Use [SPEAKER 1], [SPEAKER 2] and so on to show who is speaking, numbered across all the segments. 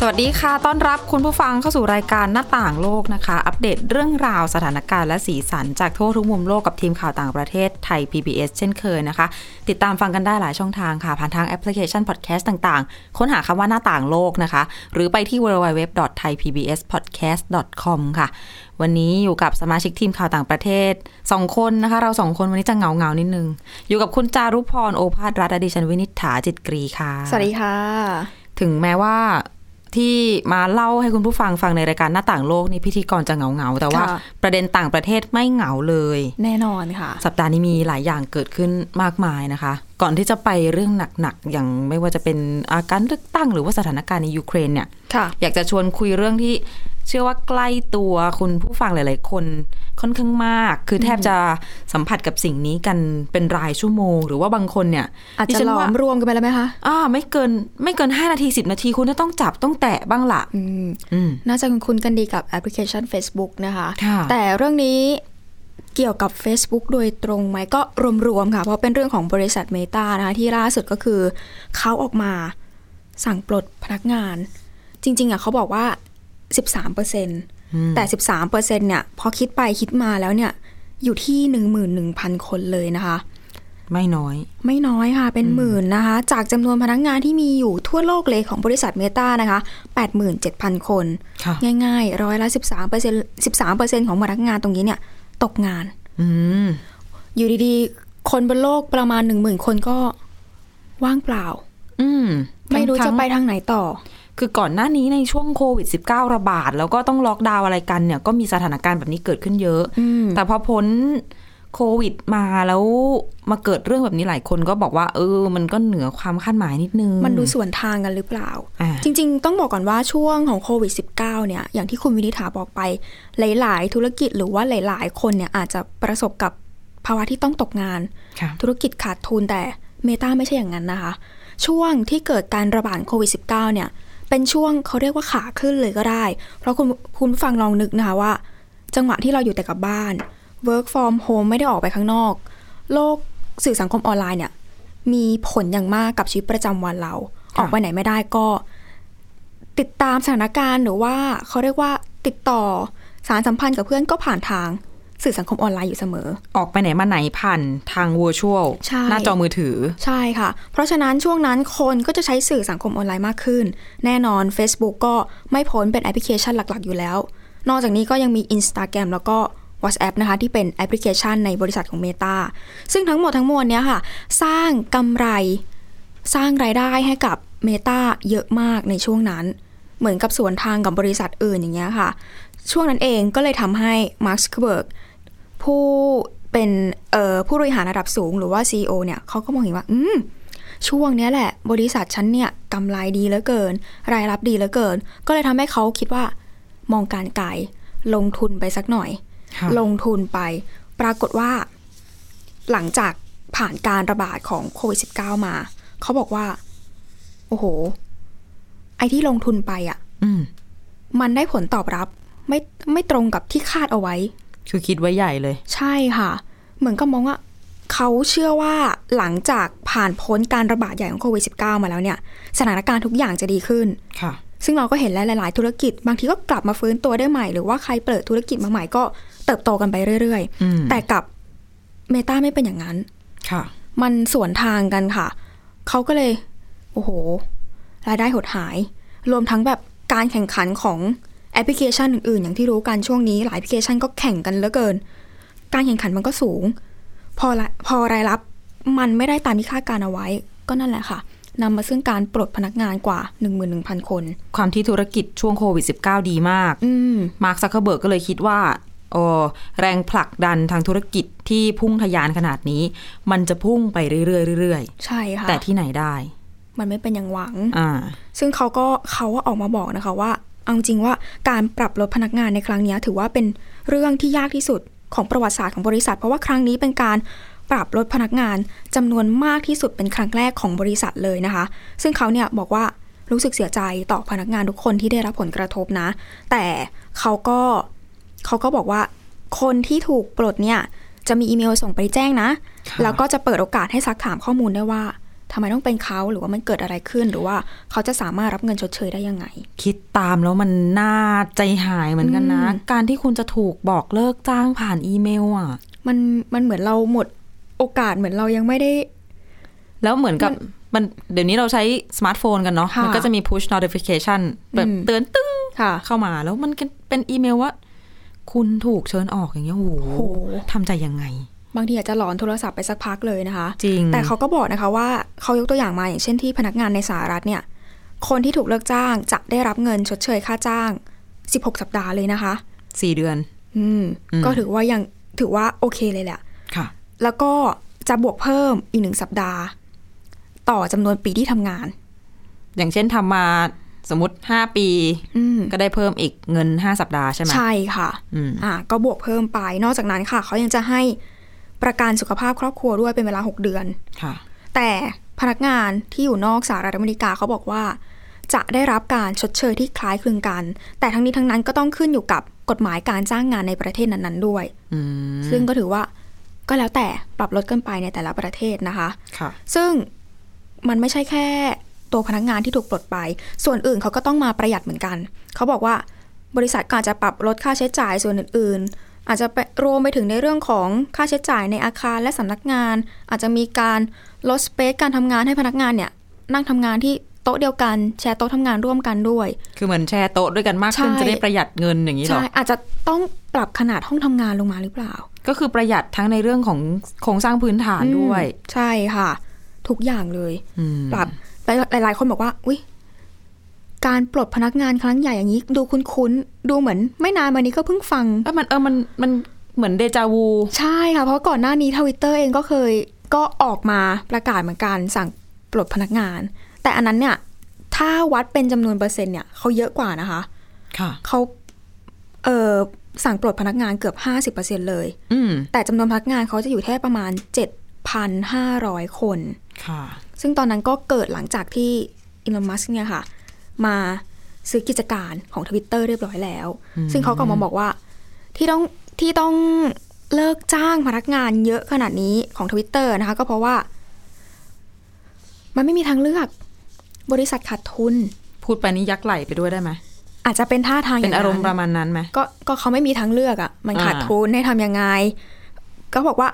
[SPEAKER 1] สวัสดีค่ะ ต้อนรับคุณผู้ฟังเข้าสู่รายการหน้าต่างโลกนะคะ อัปเดตเรื่องราวสถานการณ์และสีสันจากทั่วทุกมุมโลกกับทีมข่าวต่างประเทศไทย PBS เช่นเคยนะคะ ติดตามฟังกันได้หลายช่องทางค่ะ ผ่านทางแอปพลิเคชันพอดแคสต์ต่างๆ ค้นหาคำว่าหน้าต่างโลกนะคะ หรือไปที่ www.thaipbspodcast.com ค่ะ วันนี้อยู่กับสมาชิกทีมข่าวต่างประเทศสองคนนะคะ เราสองคนวันนี้จะเหงาเงาๆนิดนึง อยู่กับคุณจารุพรโอภาสรัตน์และดิฉันวินิษฐาจิตกรีค่ะ
[SPEAKER 2] สวัสดีค่ะ
[SPEAKER 1] ถึงแม้ว่าที่มาเล่าให้คุณผู้ฟังฟังในรายการหน้าต่างโลกนี่พิธีกรจะเหงาเงาๆแต่ว่า
[SPEAKER 2] ค่ะ
[SPEAKER 1] ประเด็นต่างประเทศไม่เหงาเลย
[SPEAKER 2] แน่นอนค่ะ
[SPEAKER 1] สัปดาห์นี้มีหลายอย่างเกิดขึ้นมากมายนะคะ ก่อนที่จะไปเรื่องหนักๆอย่างไม่ว่าจะเป็นอาการเลือกตั้งหรือว่าสถานการณ์ในยูเครนเนี่ย
[SPEAKER 2] ค่ะ
[SPEAKER 1] อยากจะชวนคุยเรื่องที่เชื่อว่าใกล้ตัวคุณผู้ฟังหลาย ๆ คนค่อนข้างมาก คือแทบจะสัมผัสกับสิ่งนี้กันเป็นรายชั่วโมง หรือว่าบางคนเนี่ย
[SPEAKER 2] อาจ
[SPEAKER 1] ดิ
[SPEAKER 2] จะ
[SPEAKER 1] ฉัน
[SPEAKER 2] หลอ
[SPEAKER 1] ว่า
[SPEAKER 2] มรวมกันไปแล้วไหมคะ
[SPEAKER 1] อ่าไม่เกินไม่เกิน 5 นาที 10 นาทีคุณจะต้องจับต้องแตะบ้างละ
[SPEAKER 2] อืม
[SPEAKER 1] อืม
[SPEAKER 2] น่าจะคุ้นๆกันดีกับแอปพลิเคชัน Facebook นะคะ
[SPEAKER 1] ค่ะ
[SPEAKER 2] แต่เรื่องนี้เกี่ยวกับ Facebook โดยตรงไหมก็รวมๆค่ะ เพราะเป็นเรื่องของบริษัท Meta นะคะ ที่ล่าสุดก็คือเขาออกมาสั่งปลดพนักงาน จริงๆอ่ะเขาบอกว่า 13%แต่ 13%เนี่ยพอคิดไปคิดมาแล้วเนี่ยอยู่ที่ 11,000 คนเลยนะคะ
[SPEAKER 1] ไม่น้อย
[SPEAKER 2] ไม่น้อยค่ะ เป็นหมื่นนะคะ จากจำนวนพนักงานที่มีอยู่ทั่วโลกเลยของบริษัทเมตานะคะ 87,000 คน
[SPEAKER 1] ค่ะ
[SPEAKER 2] ง่ายๆ ร้อยละ 13เปอร์เซ็นต์13เปอร์เซ็นต์ของพนักงานตรงนี้เนี่ย ตกงาน
[SPEAKER 1] อืม
[SPEAKER 2] อยู่ดีๆ คนบนโลกประมาณ 1 0,000 คนก็ว่างเปล่า
[SPEAKER 1] อืม
[SPEAKER 2] ไม่รู้จะ
[SPEAKER 1] ทั้งๆ
[SPEAKER 2] ไปทางไหนต่อ
[SPEAKER 1] คือก่อนหน้านี้ในช่วงโควิด -19 ระบาด แล้วก็ต้องล็อกดาวน์อะไรกันเนี่ย ก็มีสถานการณ์แบบนี้เกิดขึ้นเยอะ
[SPEAKER 2] อืม
[SPEAKER 1] แต่พอพ้นโควิดมาแล้วมาเกิดเรื่องแบบนี้หลายคนก็บอกว่า เออ มันก็เหนือความคาดหมายนิดนึง
[SPEAKER 2] มันดูส่วนทางกันหรือเปล่า
[SPEAKER 1] อ่า
[SPEAKER 2] จริงๆ ต้องบอกก่อนว่าช่วงของโควิด -19 เนี่ย อย่างที่คุณวินิษฐาบอกไป หลายๆ ธุรกิจหรือว่าหลาย ๆ คนเนี่ยอาจจะประสบกับภาวะที่ต้องตกงาน
[SPEAKER 1] ค่ะ
[SPEAKER 2] ธุรกิจขาดทุนแต่เมตาไม่ใช่อย่างนั้นนะคะ ช่วงที่เกิดการระบาดโควิด -19 เนี่ย เป็นช่วงเขาเรียกว่าขาขึ้นเลยก็ได้ เพราะคุณคุณผู้ฟังลองนึกนะคะว่า จังหวะที่เราอยู่แต่กับบ้าน work from home ไม่ได้ออกไปข้างนอก โลกสื่อสังคมออนไลน์เนี่ย มีผลอย่างมากกับชีวิตประจำวันเรา ออกไปไหนไม่ได้ก็ ติดตามสถานการณ์หรือว่าเขาเรียกว่าติดต่อสารสัมพันธ์กับเพื่อนก็ผ่านทางสื่อสังคมออนไลน์อยู่เสมอ
[SPEAKER 1] ออกไปไหนมาไหนผ่านทาง virtual
[SPEAKER 2] ใช่
[SPEAKER 1] หน้าจอมือถือ
[SPEAKER 2] ใช่ค่ะ เพราะฉะนั้นช่วงนั้นคนก็จะใช้สื่อสังคมออนไลน์มากขึ้น แน่นอน Facebook ก็ไม่พ้นเป็นแอปพลิเคชันหลักๆ อยู่แล้ว นอกจากนี้ก็ยังมี Instagram แล้วก็ WhatsApp นะคะ ที่เป็นแอปพลิเคชันในบริษัทของ Meta ซึ่งทั้งหมดทั้งมวลเนี้ยค่ะ สร้างกำไร สร้างรายได้ให้กับ Meta เยอะมากในช่วงนั้น เหมือนกับสวนทางกับบริษัทอื่นอย่างเงี้ยค่ะ ช่วงนั้นเองก็เลยทำให้ Mark Zuckerberg ผู้เป็นเอ่อผู้บริหารระดับสูงหรือว่า CEO เนี่ยเขาก็มองเห็นว่า อืม ช่วงเนี้ยแหละ บริษัทฉันเนี่ยกำไรดีเหลือเกิน รายรับดีเหลือเกิน ก็เลยทำให้เขาคิดว่ามองการไกลลงทุนไปสักหน่อย
[SPEAKER 1] ค่ะ
[SPEAKER 2] ลงทุนไป ปรากฏว่า หลังจากผ่านการระบาดของโควิด -19 มา เขาบอกว่า โอ้โห ไอ้ที่ลงทุนไปอะ่ะ
[SPEAKER 1] อืม
[SPEAKER 2] มันได้ผลตอบรับ ไม่ไม่ตรงกับที่คาดเอาไว้
[SPEAKER 1] คือคิดไว้ใหญ่เลย
[SPEAKER 2] ใช่ค่ะ เหมือนกับมองว่าเขาเชื่อว่าหลังจากผ่านพ้นการระบาดใหญ่ของโควิด -19 มาแล้วเนี่ย สถานการณ์ทุกอย่างจะดีขึ้น
[SPEAKER 1] ค่ะ
[SPEAKER 2] ซึ่งเราก็เห็นแล้วหลาย ๆ ธุรกิจ บางทีก็กลับมาฟื้นตัวได้ใหม่ หรือว่าใครเปิดธุรกิจมาใหม่ก็เติบโตกันไปเรื่อย
[SPEAKER 1] อืม
[SPEAKER 2] ๆ แต่กับเมตาไม่เป็นอย่างนั้น
[SPEAKER 1] ค่ะ
[SPEAKER 2] มันสวนทางกันค่ะ เขาก็เลย โอ้โห รายได้หดหาย รวมทั้งแบบการแข่งขันของแอปพลิเคชันอื่น ๆ อย่างที่รู้กันช่วงนี้หลายแอปพลิเคชันก็แข่งกันเหลือเกิน การแข่งขันมันก็สูง พอละพอรายรับมันไม่ได้ตามที่คาดการเอาไว้ ก็นั่นแหละค่ะนำมาซึ่งการปลดพนักงานกว่า 11,000 คน
[SPEAKER 1] ความที่ธุรกิจช่วงโควิด -19 ดีมาก
[SPEAKER 2] อืม
[SPEAKER 1] มาร์คซักเคอร์เบิร์กก็เลยคิดว่าเอ่อแรงผลักดันทางธุรกิจที่พุ่งทะยานขนาดนี้ มันจะพุ่งไปเรื่อยๆเรื่อย
[SPEAKER 2] ใช่
[SPEAKER 1] ๆ
[SPEAKER 2] ค่ะ
[SPEAKER 1] แต่ที่ไหนได้
[SPEAKER 2] มันไม่เป็นอย่างหวัง
[SPEAKER 1] อ่า
[SPEAKER 2] ซึ่งเขาก็เขาว่าออกมาบอกนะคะว่าเอาจริงว่าการปรับลดพนักงานในครั้งเนี้ยถือว่าเป็นเรื่องที่ยากที่สุดของประวัติศาสตร์ของบริษัท เพราะว่าครั้งนี้เป็นการปรับลดพนักงานจำนวนมากที่สุดเป็นครั้งแรกของบริษัทเลยนะคะ ซึ่งเขาเนี่ยบอกว่า รู้สึกเสียใจต่อพนักงานทุกคนที่ได้รับผลกระทบนะ แต่เขาก็เขาก็บอกว่า คนที่ถูกปลดเนี่ย จะมีอีเมลส่งไปแจ้งนะ
[SPEAKER 1] ค่ะ
[SPEAKER 2] แล้วก็จะเปิดโอกาสให้ซักถามข้อมูลได้ว่าทำไมต้องเป็นเขาหรือว่ามันเกิดอะไรขึ้น หรือว่าเขาจะสามารถรับเงินชดเชยได้ยังไง
[SPEAKER 1] คิดตามแล้วมันน่าใจหายเหมือนกันนะ
[SPEAKER 2] อืม
[SPEAKER 1] การที่คุณจะถูกบอกเลิกจ้างผ่านอีเมลอ่ะ
[SPEAKER 2] มันมันเหมือนเราหมดโอกาสเหมือนเรายังไม่ได้
[SPEAKER 1] แล้วเหมือนกับมันเดี๋ยวนี้เราใช้สมาร์ทโฟนกันเนาะ
[SPEAKER 2] ค่ะ
[SPEAKER 1] มันก็จะมี push notification แบบ
[SPEAKER 2] อืม
[SPEAKER 1] เตือนตึ้ง
[SPEAKER 2] ค่ะ
[SPEAKER 1] เข้ามาแล้วมันก็เป็นอีเมลว่า คุณถูกเชิญออกอย่างเงี้ยโอ้โห
[SPEAKER 2] โห
[SPEAKER 1] ทำใจยังไง
[SPEAKER 2] บางทีอาจจะหลอนโทรศัพท์ไปสักพักเลยนะคะ
[SPEAKER 1] จริง
[SPEAKER 2] แต่เขาก็บอกนะคะว่าเขายกตัวอย่างมาอย่างเช่นที่พนักงานในสหรัฐเนี่ย คนที่ถูกเลิกจ้างจะได้รับเงินชดเชยค่าจ้าง 16 สัปดาห์เลยนะคะ
[SPEAKER 1] สี่เดือน
[SPEAKER 2] อืม
[SPEAKER 1] อืม
[SPEAKER 2] ก็ถือว่ายังถือว่าโอเคเลยแหละ
[SPEAKER 1] ค่ะ
[SPEAKER 2] แล้วก็จะบวกเพิ่มอีกหนึ่งสัปดาห์ ต่อจำนวนปีที่ทำงาน
[SPEAKER 1] อย่างเช่นทำมาสมมติห้าปี
[SPEAKER 2] อืม
[SPEAKER 1] ก็ได้เพิ่มอีกเงินห้าสัปดาห์ใช่ไหม
[SPEAKER 2] ใช่ค่ะ
[SPEAKER 1] อืม
[SPEAKER 2] อ่า ก็บวกเพิ่มไป นอกจากนั้นค่ะ เขายังจะให้ประกันสุขภาพครอบครัวด้วยเป็นเวลา 6 เดือน
[SPEAKER 1] ค่ะ
[SPEAKER 2] แต่พนักงานที่อยู่นอกสหรัฐอเมริกาเขาบอกว่า จะได้รับการชดเชยที่คล้ายคลึงกัน แต่ทั้งนี้ทั้งนั้นก็ต้องขึ้นอยู่กับกฎหมายการจ้างงานในประเทศนั้นๆด้วย
[SPEAKER 1] อืม
[SPEAKER 2] ซึ่งก็ถือว่าก็แล้วแต่ปรับลดกันไปในแต่ละประเทศนะคะ
[SPEAKER 1] ค่ะ
[SPEAKER 2] ซึ่งมันไม่ใช่แค่ตัวพนักงานที่ถูกปลดไป ส่วนอื่นเขาก็ต้องมาประหยัดเหมือนกัน เขาบอกว่าบริษัทก็อาจจะปรับลดค่าใช้จ่ายส่วนอื่น ๆ อาจจะไปรวมไปถึงในเรื่องของค่าใช้จ่ายในอาคารและสำนักงาน อาจจะมีการลดสเปซการทำงานให้พนักงานเนี่ยนั่งทำงานที่โต๊ะเดียวกัน แชร์โต๊ะทำงานร่วมกันด้วย
[SPEAKER 1] คือเหมือนแชร์โต๊ะด้วยกันมากขึ้น
[SPEAKER 2] ใช่
[SPEAKER 1] จะได้ประหยัดเงินอย่างนี้เหร
[SPEAKER 2] ใช่
[SPEAKER 1] อ
[SPEAKER 2] อาจจะต้องปรับขนาดห้องทำงานลงมาหรือเปล่า
[SPEAKER 1] ก็คือประหยัดทั้งในเรื่องของโครงสร้างพื้นฐานด้วย
[SPEAKER 2] อืมใช่ค่ะ ทุกอย่างเลย
[SPEAKER 1] อืม
[SPEAKER 2] ปรับหลายหลาย ๆ คนบอกว่า อุ้ยการปลดพนักงานครั้งใหญ่อย่างนี้ ดูคุ้นๆ ดูเหมือนไม่นานมานี้ก็เพิ่งฟัง
[SPEAKER 1] เออมันเออมันมันเหมือนเดจาวู
[SPEAKER 2] ใช่ค่ะ เพราะก่อนหน้านี้ทวิตเตอร์เองก็เคยก็ออกมาประกาศเหมือนกันสั่งปลดพนักงาน แต่อันนั้นเนี่ย ถ้าวัดเป็นจำนวนเปอร์เซ็นต์เนี่ยเขาเยอะกว่านะคะ
[SPEAKER 1] ค่ะ
[SPEAKER 2] เขาเออสั่งปลดพนักงานเกือบ 50%เลย
[SPEAKER 1] อืม
[SPEAKER 2] แต่จำนวนพนักงานเขาจะอยู่แค่ประมาณ 7,500 คน
[SPEAKER 1] ค่ะ
[SPEAKER 2] ซึ่งตอนนั้นก็เกิดหลังจากที่อีลอนมัสเนี่ยค่ะ มาซื้อกิจการของทวิตเตอร์เรียบร้อยแล้ว ซึ่งเขาก็ออกมาบอกว่าที่ต้องที่ต้องเลิกจ้างพนักงานเยอะขนาดนี้ของทวิตเตอร์นะคะ ก็เพราะว่า มันไม่มีทางเลือก บริษัทขาดทุน
[SPEAKER 1] พูดไปนี้ยักไหลไปด้วยได้ไหม
[SPEAKER 2] อาจจะเป็นท่าทาง
[SPEAKER 1] เป็นอารมณ์ป
[SPEAKER 2] ย่
[SPEAKER 1] ระ
[SPEAKER 2] ง
[SPEAKER 1] มาณนั้นไหม
[SPEAKER 2] ก็ก็เขาไม่มีทางเลือกอะ่ะ มันขาด
[SPEAKER 1] อ่า
[SPEAKER 2] ทุนให้ทำยังไง ก็บอกว่า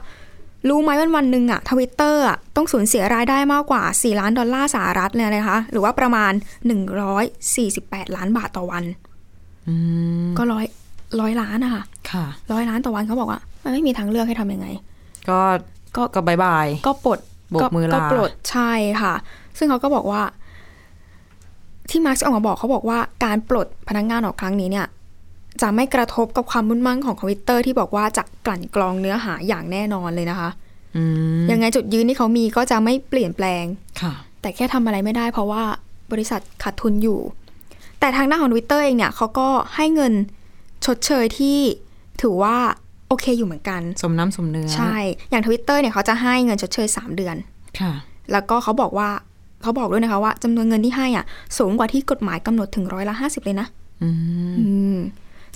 [SPEAKER 2] รู้ไหมวันวันๆหนึ่งอะทวิตเตอร์อะต้องสูญเสียรายได้มากกว่า 4 ล้านดอลลาร์สหรัฐเลยนะคะ หรือว่าประมาณ 148 ล้านบาทต่อวัน
[SPEAKER 1] อืม
[SPEAKER 2] ก็ร้อยร้อยล้านนะคะ
[SPEAKER 1] ค่ะ
[SPEAKER 2] ร้อยล้านต่อวันเขาบอกว่ามันไม่มีทางเลือกให้ทำยังไง
[SPEAKER 1] ก็
[SPEAKER 2] ก็
[SPEAKER 1] ก็บายบาย
[SPEAKER 2] ก็ปลด
[SPEAKER 1] โบกมือลา
[SPEAKER 2] ก็ปลดใช่ค่ะ ซึ่งเขาก็บอกว่า ที่มาร์กซ์ออกมาบอกเขาบอกว่าการปลดพนักงานออกครั้งนี้เนี่ย จะไม่กระทบกับความมุ่งมั่นของคอมพิวเตอร์ที่บอกว่าจะกลั่นกรองเนื้อหาอย่างแน่นอนเลยนะคะ
[SPEAKER 1] อืม
[SPEAKER 2] ยังไงจุดยืนที่เขามีก็จะไม่เปลี่ยนแปลง
[SPEAKER 1] ค่ะ
[SPEAKER 2] แต่แค่ทำอะไรไม่ได้เพราะว่าบริษัทขาดทุนอยู่ แต่ทางด้านของทวิตเตอร์เองเนี่ยเขาก็ให้เงินชดเชยที่ถือว่าโอเคอยู่เหมือนกัน
[SPEAKER 1] สมน้ำสมเนื้อ
[SPEAKER 2] ใช่ อย่างทวิตเตอร์เนี่ยเขาจะให้เงินชดเชย 3 เดือน
[SPEAKER 1] ค่ะ
[SPEAKER 2] แล้วก็เขาบอกว่าเขาบอกด้วยนะคะว่าจำนวนเงินที่ให้อ่ะสูงกว่าที่กฎหมายกำหนดถึงร้อยละห้าสิบเลยนะ
[SPEAKER 1] อืม
[SPEAKER 2] อืม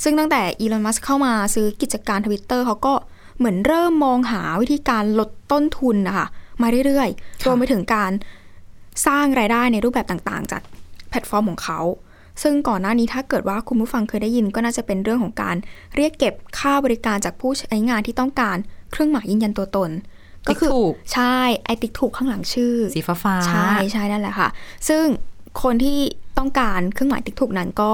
[SPEAKER 2] ซึ่งตั้งแต่อีลอนมัสเข้ามาซื้อกิจการทวิตเตอร์เขาก็เหมือนเริ่มมองหาวิธีการลดต้นทุนนะคะมาเรื่อยๆ รวมไปถึงการสร้างรายได้ในรูปแบบต่างๆ จากแพลตฟอร์มของเขา ซึ่งก่อนหน้านี้ถ้าเกิดว่าคุณผู้ฟังเคยได้ยินก็น่าจะเป็นเรื่องของการเรียกเก็บค่าบริการจากผู้ใช้งานที่ต้องการเครื่องหมายยืนยันตัวตน ก็คือ
[SPEAKER 1] ติ๊ถูก
[SPEAKER 2] ใช่ไอติ๊กถูกข้างหลังชื่อ
[SPEAKER 1] สีฟ้าฟ้า
[SPEAKER 2] ใช่ใช่นั่นแหละค่ะ ซึ่งคนที่ต้องการเครื่องหมายติ๊กถูกนั้นก็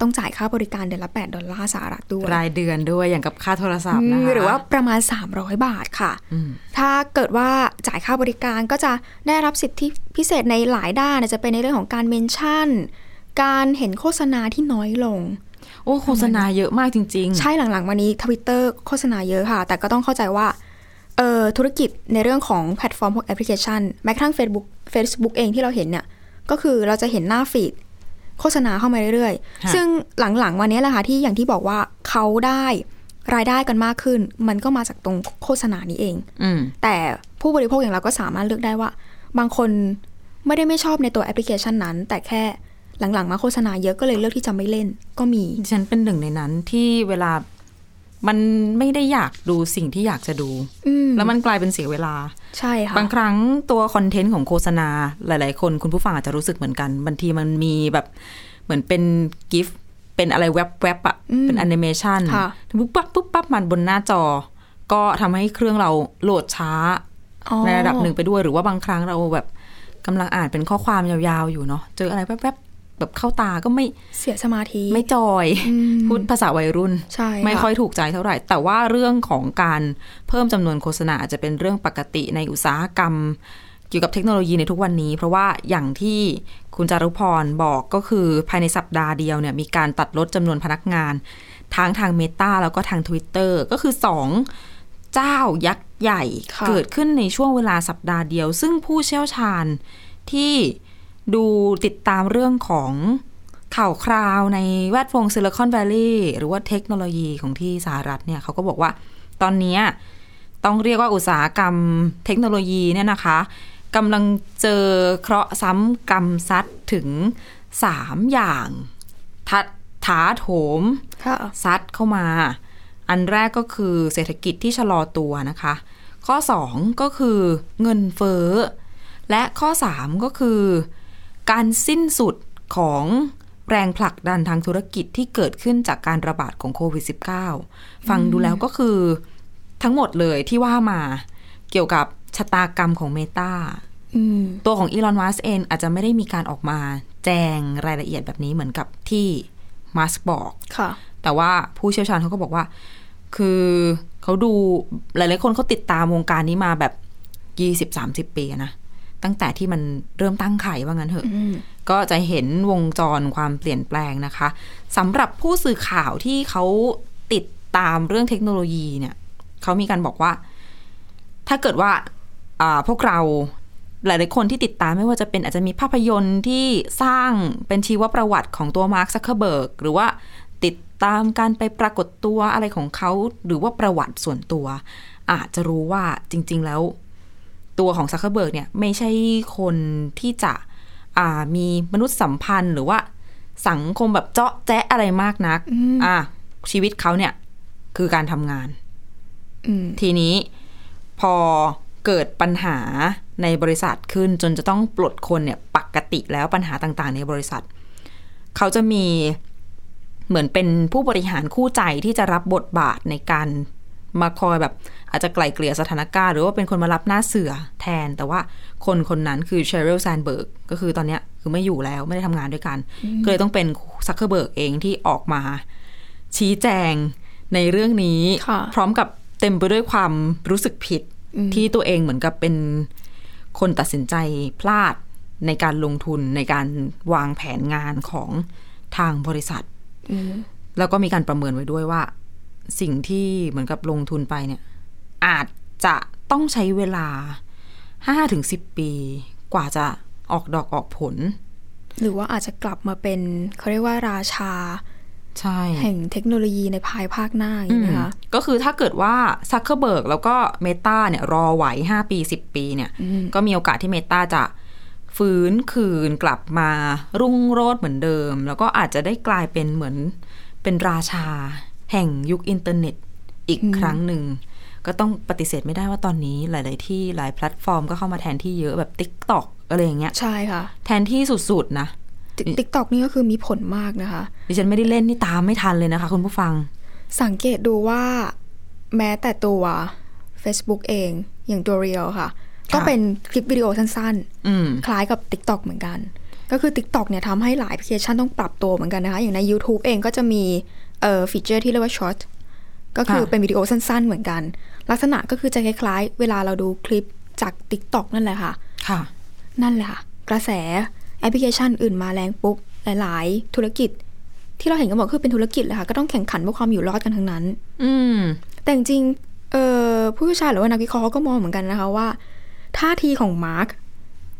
[SPEAKER 2] ต้องจ่ายค่าบริการเดือนละ 8 ดอลลาร์สหรัฐด้วย
[SPEAKER 1] รายเดือนด้วยอย่างกับค่าโทรศัพ
[SPEAKER 2] อื
[SPEAKER 1] ท์นะ
[SPEAKER 2] ม
[SPEAKER 1] คะ
[SPEAKER 2] หรือว่าประมาณ 300 บาทค่ะ
[SPEAKER 1] อืม
[SPEAKER 2] ถ้าเกิดว่าจ่ายค่าบริการก็จะได้รับสิทธิพิเศษในหลายด้านอาจจะเป็นในเรื่องของการเมนชั่น การเห็นโฆษณาที่น้อยลง
[SPEAKER 1] โอ้โฆษณาเยอะมากจริง ๆ
[SPEAKER 2] ใช่หลังๆวันนี้ทวิตเตอร์โฆษณาเยอะค่ะ แต่ก็ต้องเข้าใจว่าเออธุรกิจในเรื่องของแพลตฟอร์มพวกแอปพลิเคชันแม้กระทั่ง Facebook Facebook เองที่เราเห็นเนี่ย ก็คือเราจะเห็นหน้าฟีดโฆษณาเข้ามาเรื่อย
[SPEAKER 1] ค่ะ
[SPEAKER 2] ๆ ซึ่งหลังๆวันนี้แหละค่ะที่อย่างที่บอกว่าเขาได้รายได้กันมากขึ้น มันก็มาจากตรงโฆษณานี้เอง
[SPEAKER 1] อืม
[SPEAKER 2] แต่ผู้บริโภคอย่างเราก็สามารถเลือกได้ว่า บางคน ไม่ได้ไม่ชอบในตัวแอปพลิเคชันนั้น แต่แค่หลังๆ มาโฆษณาเยอะก็เลยเลือกที่จะไม่เล่นก็มี
[SPEAKER 1] ดิฉันเป็นหนึ่งในนั้นที่เวลามันไม่ได้อยากดูสิ่งที่อยากจะดู
[SPEAKER 2] อืม
[SPEAKER 1] แล้วมันกลายเป็นเสียเวลา
[SPEAKER 2] ใช่ค่ะ
[SPEAKER 1] บางครั้งตัวคอนเทนต์ของโฆษณาหลาย ๆ คนคุณผู้ฟังอาจจะรู้สึกเหมือนกันบางทีมันมีแบบเหมือนเป็นกิฟต์เป็นอะไรแวบๆอะ
[SPEAKER 2] อืม
[SPEAKER 1] เป็นแอนิเมชัน
[SPEAKER 2] ค่ะ
[SPEAKER 1] ปุ๊บปั๊บปุ๊บปั๊บมันบนหน้าจอ ก็ทำให้เครื่องเราโหลดช้า
[SPEAKER 2] อ๋อ
[SPEAKER 1] ในระดับหนึ่งไปด้วยหรือว่าบางครั้งเราแบบกำลังอ่านเป็นข้อความยาวๆอยู่เนาะเจออะไรแวบๆแบบเข้าตาก็ไม่
[SPEAKER 2] เสียสมาธิ
[SPEAKER 1] ไม่จอย
[SPEAKER 2] อืม
[SPEAKER 1] พูดภาษาวัยรุ่น
[SPEAKER 2] ใช่
[SPEAKER 1] ไม่
[SPEAKER 2] ะ
[SPEAKER 1] ค่อยถูกใจเท่าไหร่ แต่ว่าเรื่องของการเพิ่มจำนวนโฆษณาอาจจะเป็นเรื่องปกติในอุตสาหกรรม เกี่ยวกับเทคโนโลยีในทุกวันนี้ เพราะว่าอย่างที่คุณจารุพรบอกก็คือภายในสัปดาห์เดียวเนี่ยมีการตัดลดจำนวนพนักงาน ทั้งทาง Meta แล้วก็ทาง Twitter ก็คือ 2 เจ้ายักษ์ใหญ่
[SPEAKER 2] ค่ะ
[SPEAKER 1] เกิดขึ้นในช่วงเวลาสัปดาห์เดียว ซึ่งผู้เชี่ยวชาญที่ดูติดตามเรื่องของ ข่าวคราวในแวดวงซิลิคอนแวลลีย์หรือว่าเทคโนโลยีของที่สหรัฐเนี่ยเขาก็บอกว่าตอนเนี้ยต้องเรียกว่าอุตสาหกรรมเทคโนโลยีเนี่ยนะคะกำลังเจอเคราะห์ซ้ำกรรมซัดถึง 3 อย่างทัดถาโถม
[SPEAKER 2] ค่ะ
[SPEAKER 1] ซัดเข้ามา อันแรกก็คือเศรษฐกิจที่ชะลอตัวนะคะ ข้อ 2 ก็คือเงินเฟ้อ และข้อ 3 ก็คือ การสิ้นสุดของแรงผลักดันทางธุรกิจที่เกิดขึ้นจากการระบาดของโควิด -19 ฟังดูแล้วก็คือทั้งหมดเลยที่ว่ามาเกี่ยวกับชะตากรรมของเมตา
[SPEAKER 2] อืม
[SPEAKER 1] ตัวของอีลอนมัสเองอาจจะไม่ได้มีการออกมาแจงรายละเอียดแบบนี้เหมือนกับที่มัสบอก
[SPEAKER 2] ค่ะ
[SPEAKER 1] แต่ว่าผู้เชี่ยวชาญเขาก็บอกว่า คือเขาดูหลาย ๆ คนเขาติดตามวงการนี้มาแบบยี่สิบสามสิบปีอะนะ ตั้งแต่ที่มันเริ่มตั้งไข่ว่างั้นเถอะ
[SPEAKER 2] อืม
[SPEAKER 1] ก็จะเห็นวงจรความเปลี่ยนแปลงนะคะสำหรับผู้สื่อข่าวที่เขาติดตามเรื่องเทคโนโลยีเนี่ยเขามีการบอกว่า ถ้าเกิดว่าอ่าพวกเราหลาย ๆ คนที่ติดตามไม่ว่าจะเป็นอาจจะมีภาพยนตร์ที่สร้างเป็นชีวประวัติของตัวมาร์คซักเคอร์เบิร์กหรือว่าติดตามการไปปรากฏตัวอะไรของเขา หรือว่าประวัติส่วนตัว อาจจะรู้ว่าจริง ๆ แล้ว ตัวของซักเคอร์เบิร์กเนี่ยไม่ใช่คนที่จะอ่ามีมนุษยสัมพันธ์หรือว่าสังคมแบบเจาะแจ๊ะอะไรมากนัก
[SPEAKER 2] อืม
[SPEAKER 1] อ่าชีวิตเขาเนี่ยคือการทำงาน
[SPEAKER 2] อืม
[SPEAKER 1] ทีนี้พอเกิดปัญหาในบริษัทขึ้นจนจะต้องปลดคนเนี่ยปกติแล้วปัญหาต่างๆ ในบริษัท เขาจะมีเหมือนเป็นผู้บริหารคู่ใจที่จะรับบทบาทในการมาคอยแบบ อาจจะไกล่เกลี่ยสถานการณ์หรือว่าเป็นคนมารับหน้าเสือแทน แต่ว่าคนคนนั้นคือเชอริลแซนเบิร์กก็คือตอนเนี้ยคือไม่อยู่แล้วไม่ได้ทำงานด้วยกันก็เลยต้องเป็นซักเคอร์เบิร์กเองที่ออกมา ชี้แจงในเรื่องนี้
[SPEAKER 2] ค่ะ
[SPEAKER 1] พร้อมกับเต็มไปด้วยความรู้สึกผิด ที่ตัวเองเหมือนกับเป็นคนตัดสินใจพลาดในการลงทุนในการวางแผนงานของทางบริษัท
[SPEAKER 2] อืม
[SPEAKER 1] แล้วก็มีการประเมินไว้ด้วยว่า สิ่งที่เหมือนกับลงทุนไปเนี่ย อาจจะต้องใช้เวลา 5-10 ปี กว่าจะออกดอกออกผล
[SPEAKER 2] หรือว่าอาจจะกลับมาเป็นเขาเรียกว่าราชา
[SPEAKER 1] ใช่
[SPEAKER 2] แห่งเทคโนโลยีในภายภาคหน้าอย่างนี้ไหมคะ
[SPEAKER 1] ก็คือถ้าเกิดว่าซักเคอร์เบิร์กแล้วก็เมตาเนี่ยรอไหว 5 ปี 10 ปีเนี่ย
[SPEAKER 2] อืม
[SPEAKER 1] ก็มีโอกาสที่เมตาจะฟื้นคืนกลับมารุ่งโรจน์เหมือนเดิม แล้วก็อาจจะได้กลายเป็นเหมือนเป็นราชา แห่งยุคอินเทอร์เน็ตอีก
[SPEAKER 2] อืม
[SPEAKER 1] ครั้งหนึ่ง ก็ต้องปฏิเสธไม่ได้ว่าตอนนี้หลาย ๆ ที่หลายแพลตฟอร์มก็เข้ามาแทนที่เยอะแบบ t ิ k t o k อะไรอย่างเงี้ย
[SPEAKER 2] ใช่ค่ะ
[SPEAKER 1] แทนที่สุด ๆ นะ
[SPEAKER 2] ติ๊กต็อกนี่ก็คือมีผลมากนะคะ
[SPEAKER 1] ดิฉันไม่ได้เล่นนี่ตามไม่ทันเลยนะคะคุณผู้ฟัง
[SPEAKER 2] สังเกตดูว่าแม้แต่ตัว Facebook เองอย่างตัวเรียลค่ะ
[SPEAKER 1] ค่ะ
[SPEAKER 2] ก็เป็นคลิปวิดีโอสั้น
[SPEAKER 1] อืม
[SPEAKER 2] ๆ คล้ายกับ TikTok เหมือนกัน ก็คือ TikTok เนี่ยทำให้หลายแอปพลิเคชันต้องปรับตัวเหมือนกันนะคะ อย่างใน YouTube เองก็จะมีเอ่อฟีเจอร์ที่เรียกว่าช็อตก็คือ
[SPEAKER 1] ค่ะ
[SPEAKER 2] เป็นวิดีโอสั้นๆ เหมือนกัน ลักษณะก็คือจะคล้ายๆ เวลาเราดูคลิปจาก TikTok นั่นแหละค่ะ
[SPEAKER 1] ค่ะ
[SPEAKER 2] นั่นแหละค่ะกระแสแอปพลิเคชันอื่นมาแรงปุ๊บ หลาย ๆ ธุรกิจ ที่เราเห็นกันบอกคือเป็นธุรกิจแหละค่ะ ก็ต้องแข่งขันเพื่อความอยู่รอดกันทั้งนั้น
[SPEAKER 1] อืม
[SPEAKER 2] แต่จริงๆเอ่อผู้เชี่ยวชาญหรือว่านักวิเคราะห์เขาก็มองเหมือนกันนะคะว่า ท่าทีของมาร์ก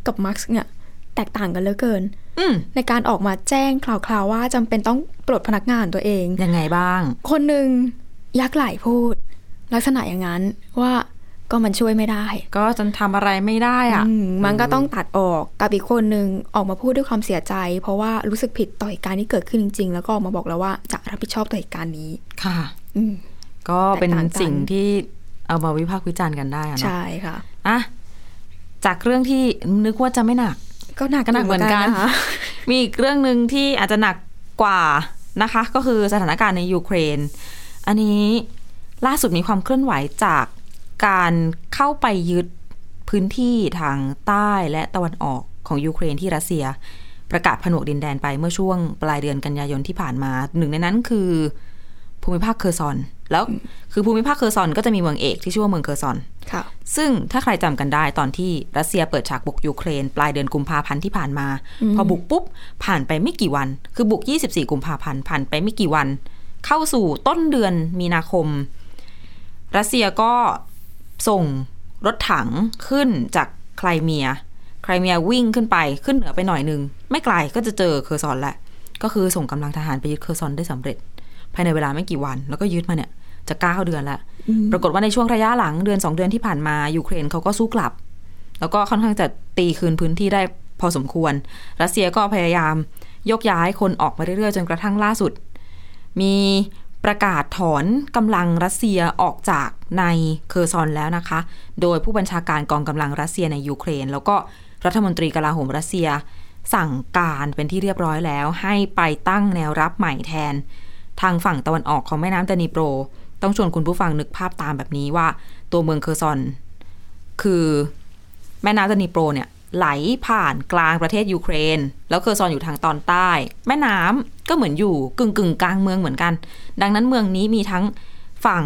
[SPEAKER 2] กับมาร์กเนี่ยแตกต่างกันเหลือเกิน
[SPEAKER 1] อืม
[SPEAKER 2] ในการออกมาแจ้งคราวๆว่าจำเป็นต้องปลดพนักงานตัวเอง
[SPEAKER 1] ยังไงบ้าง
[SPEAKER 2] คนหนึ่งยักไหล่พูด ลักษณะอย่างนั้นว่า ก็มันช่วยไม่ได้
[SPEAKER 1] ก็จนทำอะไรไม่ได้อ่ะ
[SPEAKER 2] อืมมันก็ต้องตัดออกกับอีกคนหนึ่งออกมาพูดด้วยความเสียใจ เพราะว่ารู้สึกผิดต่อเหตุการณ์ที่เกิดขึ้นจริง ๆ แล้วก็ออกมาบอกแล้วว่าจะรับผิดชอบต่อเหตุการณ์นี้
[SPEAKER 1] ค่ะ
[SPEAKER 2] อืม
[SPEAKER 1] ก็เป็น
[SPEAKER 2] แตกต่างกัน
[SPEAKER 1] สิ่งที่เอามาวิพากษ์วิจารณ์กันได้อะเนาะ
[SPEAKER 2] ใช่ค่ะ
[SPEAKER 1] อ่ะจากเรื่องที่นึกว่าจะไม่หนัก
[SPEAKER 2] ก็หนัก
[SPEAKER 1] ก็หนักเหมือนกัน
[SPEAKER 2] ะคะ
[SPEAKER 1] มีอีกเรื่องหนึ่งที่อาจจะหนักกว่านะคะ ก็คือสถานการณ์ในยูเครน อันนี้ล่าสุดมีความเคลื่อนไหวจากการเข้าไปยึดพื้นที่ทางใต้และตะวันออกของยูเครนที่รัสเซีย ประกาศผนวกดินแดนไปเมื่อช่วงปลายเดือนกันยายนที่ผ่านมา หนึ่งในนั้นคือ ภูมิภาคเคอร์ซอน แล้วคือภูมิภาคเคอร์ซอนก็จะมีเมืองเอกที่ชื่อว่าเมืองเคอร์ซอน
[SPEAKER 2] ค่ะ
[SPEAKER 1] ซึ่งถ้าใครจำกันได้ตอนที่รัสเซียเปิดฉากบุกยูเครน ปลายเดือนกุมภาพันธ์ที่ผ่านมา พอบุกปุ๊บ ผ่านไปไม่กี่วัน คือบุก 24 กุมภาพันธ์ผ่านไปไม่กี่วัน เข้าสู่ต้นเดือนมีนาคม รัสเซียก็ส่งรถถังขึ้นจากไครเมีย ไครเมียวิ่งขึ้นไปขึ้นเหนือไปหน่อยหนึง ไม่ไกลก็จะเจอเคอร์ซอนแหละ ก็คือส่งกำลังทหารไปยึดเคอร์ซอนได้สำเร็จ ภายในเวลาไม่กี่วัน แล้วก็ยึดมาเนี่ยจะเก้าเดือนละ ปรากฏว่าในช่วงระยะหลังเดือน 2 เดือนที่ผ่านมายูเครนเขาก็สู้กลับ แล้วก็ค่อนข้างจะตีคืนพื้นที่ได้พอสมควร รัสเซียก็พยายามยกย้ายคนออกมาเรื่อยๆ จนกระทั่งล่าสุด มีประกาศถอนกำลังรัสเซียออกจากในเคอร์ซอนแล้วนะคะ โดยผู้บัญชาการกองกำลังรัสเซียในยูเครน แล้วก็รัฐมนตรีกลาโหมรัสเซีย สั่งการเป็นที่เรียบร้อยแล้ว ให้ไปตั้งแนวรับใหม่แทน ทางฝั่งตะวันออกของแม่น้ำดานิโปร ต้องชวนคุณผู้ฟังนึกภาพตามแบบนี้ว่า ตัวเมืองเคอร์ซอน คือแม่น้ำดานิโปรเนี่ย ไหลผ่านกลางประเทศยูเครน แล้วเคอร์ซอนอยู่ทางตอนใต้ แม่น้ำก็เหมือนอยู่กึ่งกึ่งๆกลางเมืองเหมือนกัน ดังนั้นเมืองนี้มีทั้งฝั่ง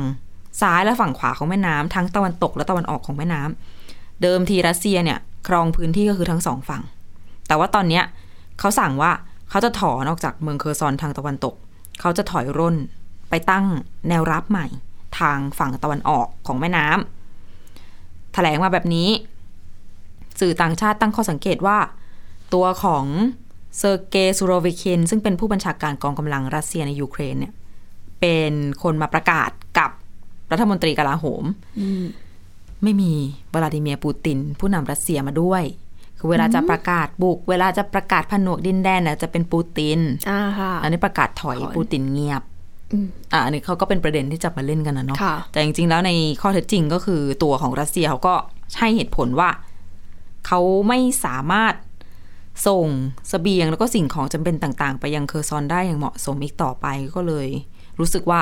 [SPEAKER 1] ซ้ายและฝั่งขวาของแม่น้ำทั้งตะวันตกและตะวันออกของแม่น้ำเดิมทีรัสเซียเนี่ยครองพื้นที่ก็คือทั้งสองฝั่ง แต่ว่าตอนเนี้ยเขาสั่งว่าเขาจะถอนออกจากเมืองเคอร์ซอนทางตะวันตก เขาจะถอยร่นไปตั้งแนวรับใหม่ ทางฝั่งตะวันออกของแม่น้ำแถลงมาแบบนี้ สื่อต่างชาติตั้งข้อสังเกตว่า ตัวของเซอร์เกย์ซูโรวิคินซึ่งเป็นผู้บัญชาการกองกำลังรัสเซียในยูเครนเนี่ยเป็นคนมาประกาศกับรัฐมนตรีกลาโหม ไม่มีวลาดิเมียร์ปูติน ผู้นำรัสเซียมาด้วย คือเวลาจะประกาศบุก เวลาจะประกาศผนวกดินแดนน่ะจะเป็นปูติน
[SPEAKER 2] อ่าค่ะ
[SPEAKER 1] อันนี้ประกาศถอย
[SPEAKER 2] ถอย
[SPEAKER 1] ปูตินเงียบ
[SPEAKER 2] อืม
[SPEAKER 1] อ่าอันนี้เขาก็เป็นประเด็นที่จับมาเล่นกันนะเนาะ
[SPEAKER 2] ค่ะ
[SPEAKER 1] แต่จริงๆ แล้วในข้อเท็จจริงก็คือตัวของรัสเซียเขาก็ให้เหตุผลว่า เขาไม่สามารถส่งเสบียงแล้วก็สิ่งของจำเป็นต่างๆ ไปยังเคอร์ซอนได้อย่างเหมาะสมอีกต่อไปก็เลย รู้สึกว่า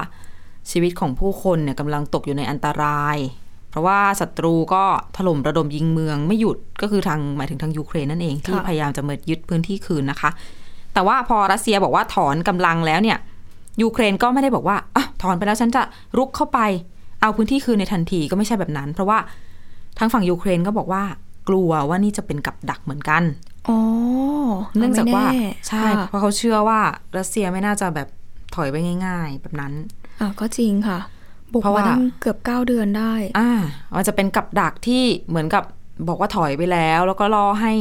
[SPEAKER 1] ชีวิตของผู้คนเนี่ยกำลังตกอยู่ในอันตราย เพราะว่าศัตรูก็ถล่มระดมยิงเมืองไม่หยุดก็คือทางหมายถึงทางยูเครนนั่นเองที่
[SPEAKER 2] ค่ะ
[SPEAKER 1] พยายามจะมายึดพื้นที่คืนนะคะ แต่ว่าพอรัสเซียบอกว่าถอนกำลังแล้วเนี่ย ยูเครนก็ไม่ได้บอกว่าอะถอนไปแล้วฉันจะรุกเข้าไป เอาพื้นที่คืนในทันทีก็ไม่ใช่แบบนั้น เพราะว่าทางฝั่งยูเครนก็บอกว่ากลัวว่านี่จะเป็นกับดักเหมือนกัน
[SPEAKER 2] อ๋อ
[SPEAKER 1] เนื่องจากว่า
[SPEAKER 2] ไม่แน่
[SPEAKER 1] ใช่
[SPEAKER 2] ค่ะ
[SPEAKER 1] เพราะเขาเชื่อว่ารัสเซียไม่น่าจะแบบถอยไปง่าย ๆ แบบนั้น
[SPEAKER 2] อ่ะก็จริงค่ะ บุก
[SPEAKER 1] เพราะ
[SPEAKER 2] มา
[SPEAKER 1] ว่า
[SPEAKER 2] ตั้งเกือบเก้าเดือนได้
[SPEAKER 1] อ่ามันจะเป็นกับดักที่เหมือนกับบอกว่าถอยไปแล้ว แล้วก็รอให้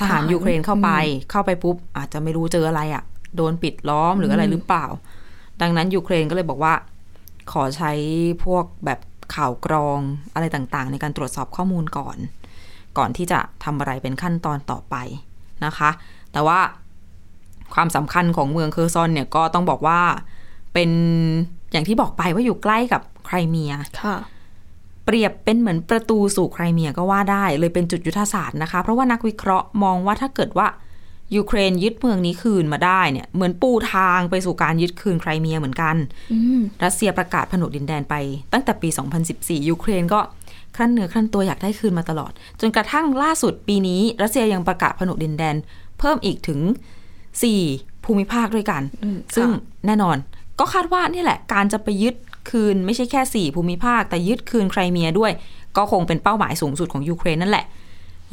[SPEAKER 1] ทหาร
[SPEAKER 2] ทหาร
[SPEAKER 1] ยูเครนเข้าไป
[SPEAKER 2] อื
[SPEAKER 1] เข้าไปปุ๊บ อาจจะไม่รู้เจออะไรอะ่ะ โดนปิดล้อมหรืออะไรหรือเปล่า ดังนั้นยูเครนก็เลยบอกว่า ขอใช้พวกแบบข่าวกรองอะไรต่างๆ ในการตรวจสอบข้อมูลก่อน ก่อนที่จะทำอะไรเป็นขั้นตอนต่อไปนะคะ แต่ว่าความสำคัญของเมืองเคอร์ซอนเนี่ยก็ต้องบอกว่าเป็นอย่างที่บอกไปว่าอยู่ใกล้กับไครเมีย
[SPEAKER 2] ค่ะ
[SPEAKER 1] เปรียบเป็นเหมือนประตูสู่ไครเมียก็ว่าได้ เลยเป็นจุดยุทธศาสตร์นะคะ เพราะว่านักวิเคราะห์มองว่าถ้าเกิดว่ายูเครนยึดเมืองนี้คืนมาได้เนี่ยเหมือนปูทางไปสู่การยึดคืนไครเมียเหมือนกัน
[SPEAKER 2] อืม
[SPEAKER 1] รัสเซียประกาศผนวกดินแดนไปตั้งแต่ปี 2014 ยูเครนก็ครั้นเนื้อครั้นตัวอยากได้คืนมาตลอด จนกระทั่งล่าสุดปีนี้ รัสเซียยังประกาศผนวกดินแดน เพิ่มอีกถึง 4 ภูมิภาคด้วยกัน
[SPEAKER 2] อืมค่ะ
[SPEAKER 1] ซึ่งแน่นอน ก็คาดว่านี่แหละ การจะไปยึดคืนไม่ใช่แค่ 4 ภูมิภาค แต่ยึดคืนไครเมียด้วย ก็คงเป็นเป้าหมายสูงสุดของยูเครนนั่นแหละ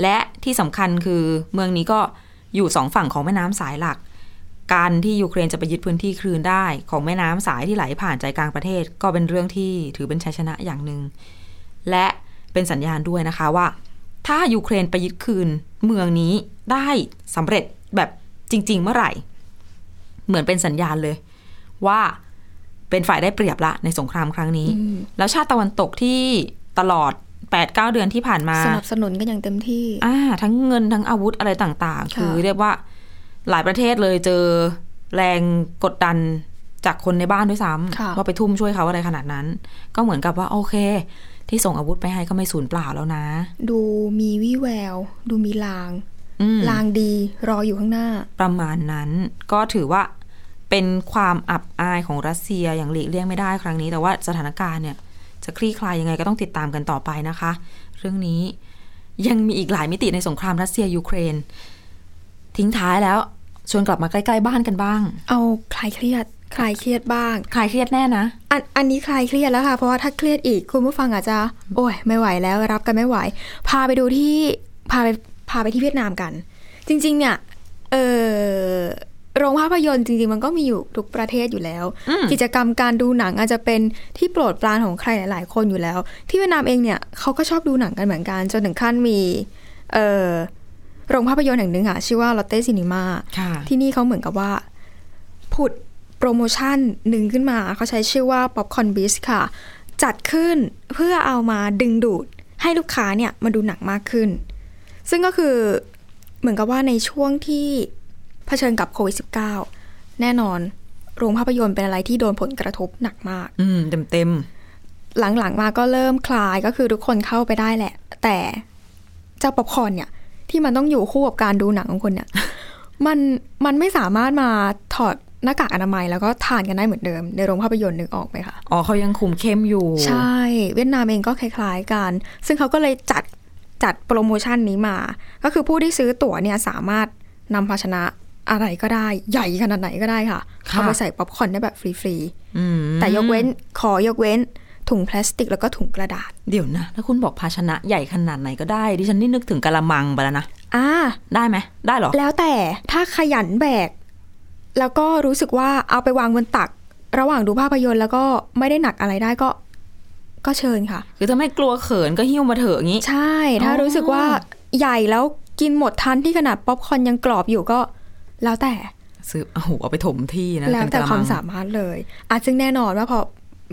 [SPEAKER 1] และที่สำคัญคือเมืองนี้ก็อยู่สองฝั่งของแม่น้ำสายหลัก การที่ยูเครนจะไปยึดพื้นที่คืนได้ของแม่น้ำสายที่ไหลผ่านใจกลางประเทศ ก็เป็นเรื่องที่ถือเป็นชัยชนะอย่างหนึ่ง และเป็นสัญญาณด้วยนะคะว่า ถ้ายูเครนไปยึดคืนเมืองนี้ได้สำเร็จแบบจริง ๆ เมื่อไหร่ เหมือนเป็นสัญญาณเลย ว่าเป็นฝ่ายได้เปรียบละในสงครามครั้งนี้ แล้วชาติตะวันตกที่ตลอด 8 9 เดือนที่ผ่านมา
[SPEAKER 2] สนับสนุนกันอย่างเต็มที่
[SPEAKER 1] อ่าทั้งเงินทั้งอาวุธอะไรต่างๆ
[SPEAKER 2] ค่ะ
[SPEAKER 1] คือเรียกว่าหลายประเทศเลยเจอแรงกดดันจากคนในบ้านด้วยซ้ำว่าไปทุ่มช่วยเขาอะไรขนาดนั้น ก็เหมือนกับว่าโอเค ที่ส่งอาวุธไปให้ก็ไม่สูญเปล่าแล้วนะ
[SPEAKER 2] ดูมีวี่แวว ดูมีลาง
[SPEAKER 1] อืม
[SPEAKER 2] ลางดีรออยู่ข้างหน้า
[SPEAKER 1] ประมาณนั้นก็ถือว่าเป็นความอับอายของรัสเซียอย่างหลีกเลี่ยงไม่ได้ครั้งนี้ แต่ว่าสถานการณ์เนี่ยจะคลี่คลายยังไงก็ต้องติดตามกันต่อไปนะคะ เรื่องนี้ยังมีอีกหลายมิติในสงครามรัสเซียยูเครน ทิ้งท้ายแล้วชวนกลับมาใกล้ๆบ้านกันบ้าง
[SPEAKER 2] เอาคลายเครียด คลายเครียดบ้าง
[SPEAKER 1] คลายเครียดแน่นะ
[SPEAKER 2] อันอันนี้คลายเครียดแล้วค่ะ เพราะว่าถ้าเครียดอีกคุณผู้ฟังอาจจะ โอ้ยไม่ไหวแล้วรับกันไม่ไหว พาไปดูที่พาไปพาไปที่เวียดนามกัน จริง ๆ เนี่ยเออโรงภาพยนตร์จริง ๆ มันก็มีอยู่ทุกประเทศอยู่แล้ว
[SPEAKER 1] อืม
[SPEAKER 2] กิจกรรมการดูหนังอาจจะเป็นที่โปรดปรานของใครหลาย ๆ คนอยู่แล้ว ที่เวียดนามเองเนี่ยเขาก็ชอบดูหนังกันเหมือนกัน จนถึงขั้นมีเออโรงภาพยนตร์แห่งหนึ่งอะชื่อว่าลอตเต้ซินีมา
[SPEAKER 1] ค่ะ
[SPEAKER 2] ที่นี่เขาเหมือนกับว่าผุดโปรโมชั่นหนึ่งขึ้นมา เขาใช้ชื่อว่า Popcorn b e a s ค่ะ จัดขึ้นเพื่อเอามาดึงดูดให้ลูกค้าเนี่ยมาดูหนังมากขึ้น ซึ่งก็คือเหมือนกับว่าในช่วงที่เผชิญกับโควิด -19 แน่นอนโรงภาพยนตร์เป็นอะไรที่โดนผลกระทบหนักมาก
[SPEAKER 1] อืมเต็ม
[SPEAKER 2] หลังๆมาก็เริ่มคลายก็คือทุกคนเข้าไปได้แหละ แต่เจ้าป๊อปคอร์นเนี่ย ที่มันต้องอยู่คู่กับการดูหนังของคนเนี่ย มันมันไม่สามารถมาถอดหน้ากากอนามัย แล้วก็ทานกันได้เหมือนเดิม ในโรงภาพยนตร์นึกออกไหมคะ
[SPEAKER 1] ๆอ๋อเขายังคุมเข้มอยู่
[SPEAKER 2] ใช่เวียดนามเองก็คล้ายๆกัน ซึ่งเขาก็เลยจัดจัดโปรโมชั่นนี้มา ก็คือผู้ที่ซื้อตั๋วเนี่ยสามารถนำภาชนะอะไรก็ได้ ใหญ่ขนาดไหนก็ได้ค่ะเอาไปใส่ป๊อปคอร์นได้แบบฟรี
[SPEAKER 1] อืม
[SPEAKER 2] ๆแต่ยกเว้นขอยกเว้น ถุงพลาสติกแล้วก็ถุงกระดาษ
[SPEAKER 1] เดี๋ยวนะแล้วคุณบอกภาชนะใหญ่ขนาดไหนก็ได้ ดิฉันนี่นึกถึงกะละมังไปแล้วนะ
[SPEAKER 2] อ่า
[SPEAKER 1] ได้ไหมได้เหรอ
[SPEAKER 2] แล้วแต่ถ้าขยันแบก แล้วก็รู้สึกว่าเอาไปวางบนตัก ระหว่างดูภาพยนตร์แล้วก็ไม่ได้หนักอะไรได้ก็ ก็เชิญค่ะ
[SPEAKER 1] คือถ้าไม่กลัวเขินก็หิ้วมาเถอะอย่างนี้
[SPEAKER 2] ใช่ถ้า
[SPEAKER 1] อ๋อ
[SPEAKER 2] รู้สึกว่าใหญ่แล้วกินหมดทันที่ขนาดป๊อปคอร์นยังกรอบอยู่ก็ แล้วแต่
[SPEAKER 1] ซื้อโอ้ โหเอาไปถมที่นะ
[SPEAKER 2] แล้วแต่
[SPEAKER 1] เป็นกะะ
[SPEAKER 2] ความ
[SPEAKER 1] ง
[SPEAKER 2] สามารถเลย อาจซึ่งแน่นอนว่าพอ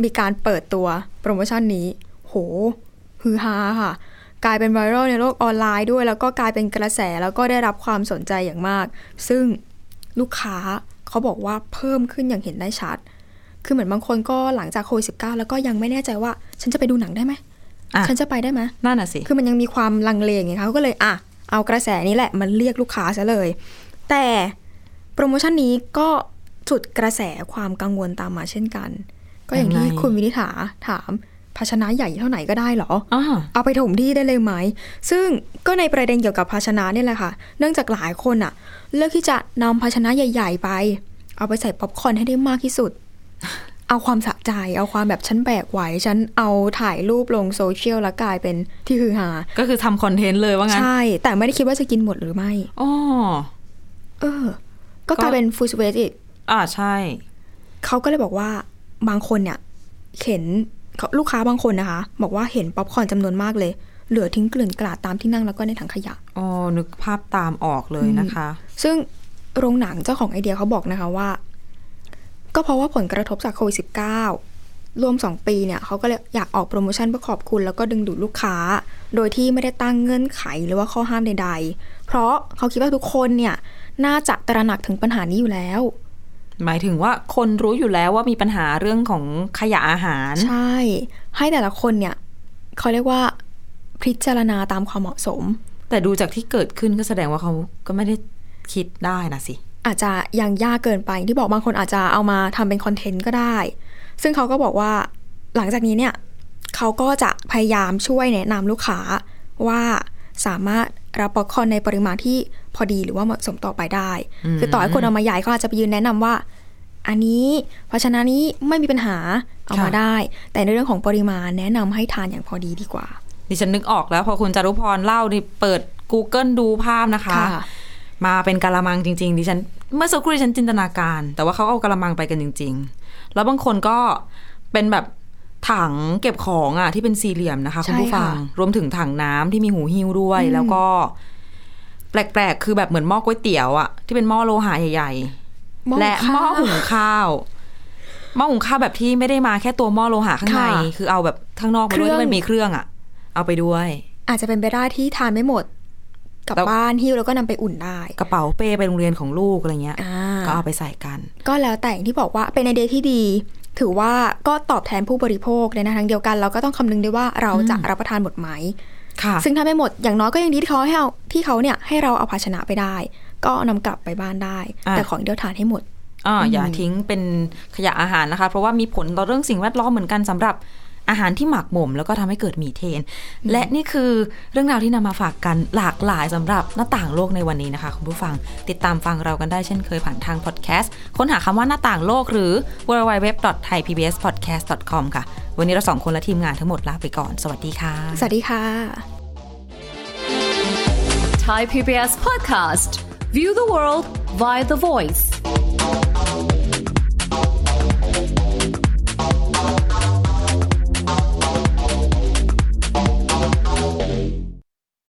[SPEAKER 2] มีการเปิดตัวโปรโมชั่นนี้ โหฮือฮาค่ะ กลายเป็นไวรัลในโลกออนไลน์ด้วย แล้วก็กลายเป็นกระแสแล้วก็ได้รับความสนใจอย่างมาก ซึ่งลูกค้าเขาบอกว่าเพิ่มขึ้นอย่างเห็นได้ชัด คือเหมือนบางคนก็หลังจากโควิดสิแล้วก็ยังไม่แน่ใจว่า ฉันจะไปดูหนังได้ไหม
[SPEAKER 1] อ่ะ
[SPEAKER 2] ฉันจะไปได้ไหม
[SPEAKER 1] นั่นน่ะสิ
[SPEAKER 2] คือมันยังมีความลังเลอย่างเงี้ยเขาก็เลยอ่ะเอากระแสนี้แหละมันเรียกลูกค้าซะเลย แต่โปรโมชั่นนี้ก็จุดกระแสความกังวลตามมาเช่นกัน ก็อย่างที่คุณวินิษฐาถามภาชนะใหญ่เท่าไหนก็ได้เหรอ
[SPEAKER 1] อ๋อ
[SPEAKER 2] เอาไปถมที่ได้เลยไหม ซึ่งก็ในประเด็นเกี่ยวกับภาชนะเนี่ยแหละค่ะ เนื่องจากหลายคนอะเลือกที่จะนำภาชนะใหญ่ ๆ ไป เอาไปใส่ป๊อปคอร์นให้ได้มากที่สุด เอาความสะใจ เอาความแบบฉันแบกไหว ฉันเอาถ่ายรูปลงโซเชียลแล้วกลายเป็นที่ฮือฮา
[SPEAKER 1] ก็คือทำคอนเทนต์เลยว่างั้น
[SPEAKER 2] ใช่ แต่ไม่ได้คิดว่าจะกินหมดหรือไม่
[SPEAKER 1] อ๋อ
[SPEAKER 2] เออ ก็กลาย
[SPEAKER 1] ก็
[SPEAKER 2] เป็นฟูสเวสอีก
[SPEAKER 1] อ่าใช่
[SPEAKER 2] เขาก็เลยบอกว่าบางคนเนี่ยเห็นเขาลูกค้าบางคนนะคะ บอกว่าเห็นป๊อปคอร์นจำนวนมากเลย เหลือทิ้งเกลื่อนกลาดตามที่นั่งแล้วก็ในถังขยะ
[SPEAKER 1] อ๋อ นึกภาพตามออกเลยนะคะ
[SPEAKER 2] ซึ่งโรงหนังเจ้าของไอเดียเขาบอกนะคะว่า ก็เพราะว่าผลกระทบจากโควิด -19 รวม 2 ปีเนี่ยเขาก็เลยอยากออกโปรโมชั่นเพื่อขอบคุณ แล้วก็ดึงดูดลูกค้า โดยที่ไม่ได้ตั้งเงื่อนไขหรือว่าข้อห้ามใดๆ เพราะเขาคิดว่าทุกคนเนี่ยน่าจะตระหนักถึงปัญหานี้อยู่แล้ว
[SPEAKER 1] หมายถึงว่าคนรู้อยู่แล้วว่ามีปัญหาเรื่องของขยะอาหาร
[SPEAKER 2] ใช่ ให้แต่ละคนเนี่ยเขาเรียกว่าพิจารณาตามความเหมาะสม
[SPEAKER 1] แต่ดูจากที่เกิดขึ้นก็แสดงว่าเขาก็ไม่ได้คิดได้นะสิ
[SPEAKER 2] อาจจะยังยากเกินไปที่บอกบางคนอาจจะเอามาทำเป็นคอนเทนต์ก็ได้ ซึ่งเขาก็บอกว่าหลังจากนี้เนี่ยเขาก็จะพยายามช่วยแนะนำลูกค้าว่าสามารถรับป๊อปคอร์นในปริมาณที่พอดีหรือว่าเหมาะสมต่อไปได้ คือต่อให้คนเอามาใหญ่เขาอาจจะไปยืนแนะนำว่า อันนี้ภาชนะนี้ไม่มีปัญหาเอามา
[SPEAKER 1] ค่ะ
[SPEAKER 2] ได้ แต่ในเรื่องของปริมาณแนะนำให้ทานอย่างพอดีดีกว่า
[SPEAKER 1] ดิฉันนึกออกแล้วพอคุณจารุพรเล่านี่เปิด Google ดูภาพนะคะ มาเป็นกะละมังจริง ๆ ดิฉันเมื่อสักครู่ดิฉันจินตนาการ แต่ว่าเขาเอากะละมังไปกันจริง ๆ แล้วบางคนก็เป็นแบบถังเก็บของอ่ะที่เป็นสี่เหลี่ยมนะคะคุณ
[SPEAKER 2] ใช่
[SPEAKER 1] ผู้ฟัง
[SPEAKER 2] ค่ะ
[SPEAKER 1] รวมถึงถังน้ำที่มีหูหิ้วด้วย แล้วก็ แปลกๆ คือแบบเหมือนหม้อก๋วยเตี๋ยวอ่ะที่เป็นหม้อโลหะใหญ่ ๆ
[SPEAKER 2] มอง
[SPEAKER 1] และหม้อ
[SPEAKER 2] ข้าม
[SPEAKER 1] หุงข้าว หม้อหุงข้าวแบบที่ไม่ได้มาแค่ตัวหม้อโลหะข้างใน
[SPEAKER 2] ค่ะ
[SPEAKER 1] คือเอาแบบข้างนอกมาด้วย
[SPEAKER 2] เครื่อง
[SPEAKER 1] ที่มันมีเครื่องอะ เอาไปด้วย
[SPEAKER 2] อาจจะเป็นไปได้ที่ทานไม่หมดกลับ
[SPEAKER 1] แล้ว
[SPEAKER 2] บ้านหิ้วแล้วก็นำไปอุ่นได้
[SPEAKER 1] กระเป๋าเป้ไปโรงเรียนของลูกอะไรเงี้ย
[SPEAKER 2] อ่า
[SPEAKER 1] ก็เอาไปใส่กัน
[SPEAKER 2] ก็แล้วแต่อย่างที่บอกว่าเป็นไอเดียที่ดี ถือว่าก็ตอบแทนผู้บริโภคในทางเดียวกัน เราก็ต้องคำนึงด้วยว่าเราจะรับประทานหมดไหม
[SPEAKER 1] ค่ะ
[SPEAKER 2] ซึ่งถ้าไม่หมดอย่างน้อยก็ยังดีที่เขาให้เอาที่เขาเนี่ยให้เราเอาภาชนะไปได้ ก็นำกลับไปบ้านได้
[SPEAKER 1] อ่ะ
[SPEAKER 2] แต่ของเดียวทานให้หมด
[SPEAKER 1] อ่า
[SPEAKER 2] อืม
[SPEAKER 1] อย่าทิ้งเป็นขยะอาหารนะคะ เพราะว่ามีผลต่อเรื่องสิ่งแวดล้อมเหมือนกันสำหรับอาหารที่หมักหมม แล้วก็ทำให้เกิดมีเทน และนี่คือเรื่องราวที่นำมาฝากกันหลากหลายสำหรับหน้าต่างโลกในวันนี้นะคะคุณผู้ฟังติดตามฟังเรากันได้เช่นเคยผ่านทางพอดแคสต์ค้นหาคำว่าหน้าต่างโลกหรือ www.thaipbspodcast.com ค่ะ วันนี้เราสองคนและทีมงานทั้งหมดลาไปก่อน สวัสดีค่ะ
[SPEAKER 2] สวัสดีค่ะ
[SPEAKER 3] Thai PBS podcast. View the world via the voice.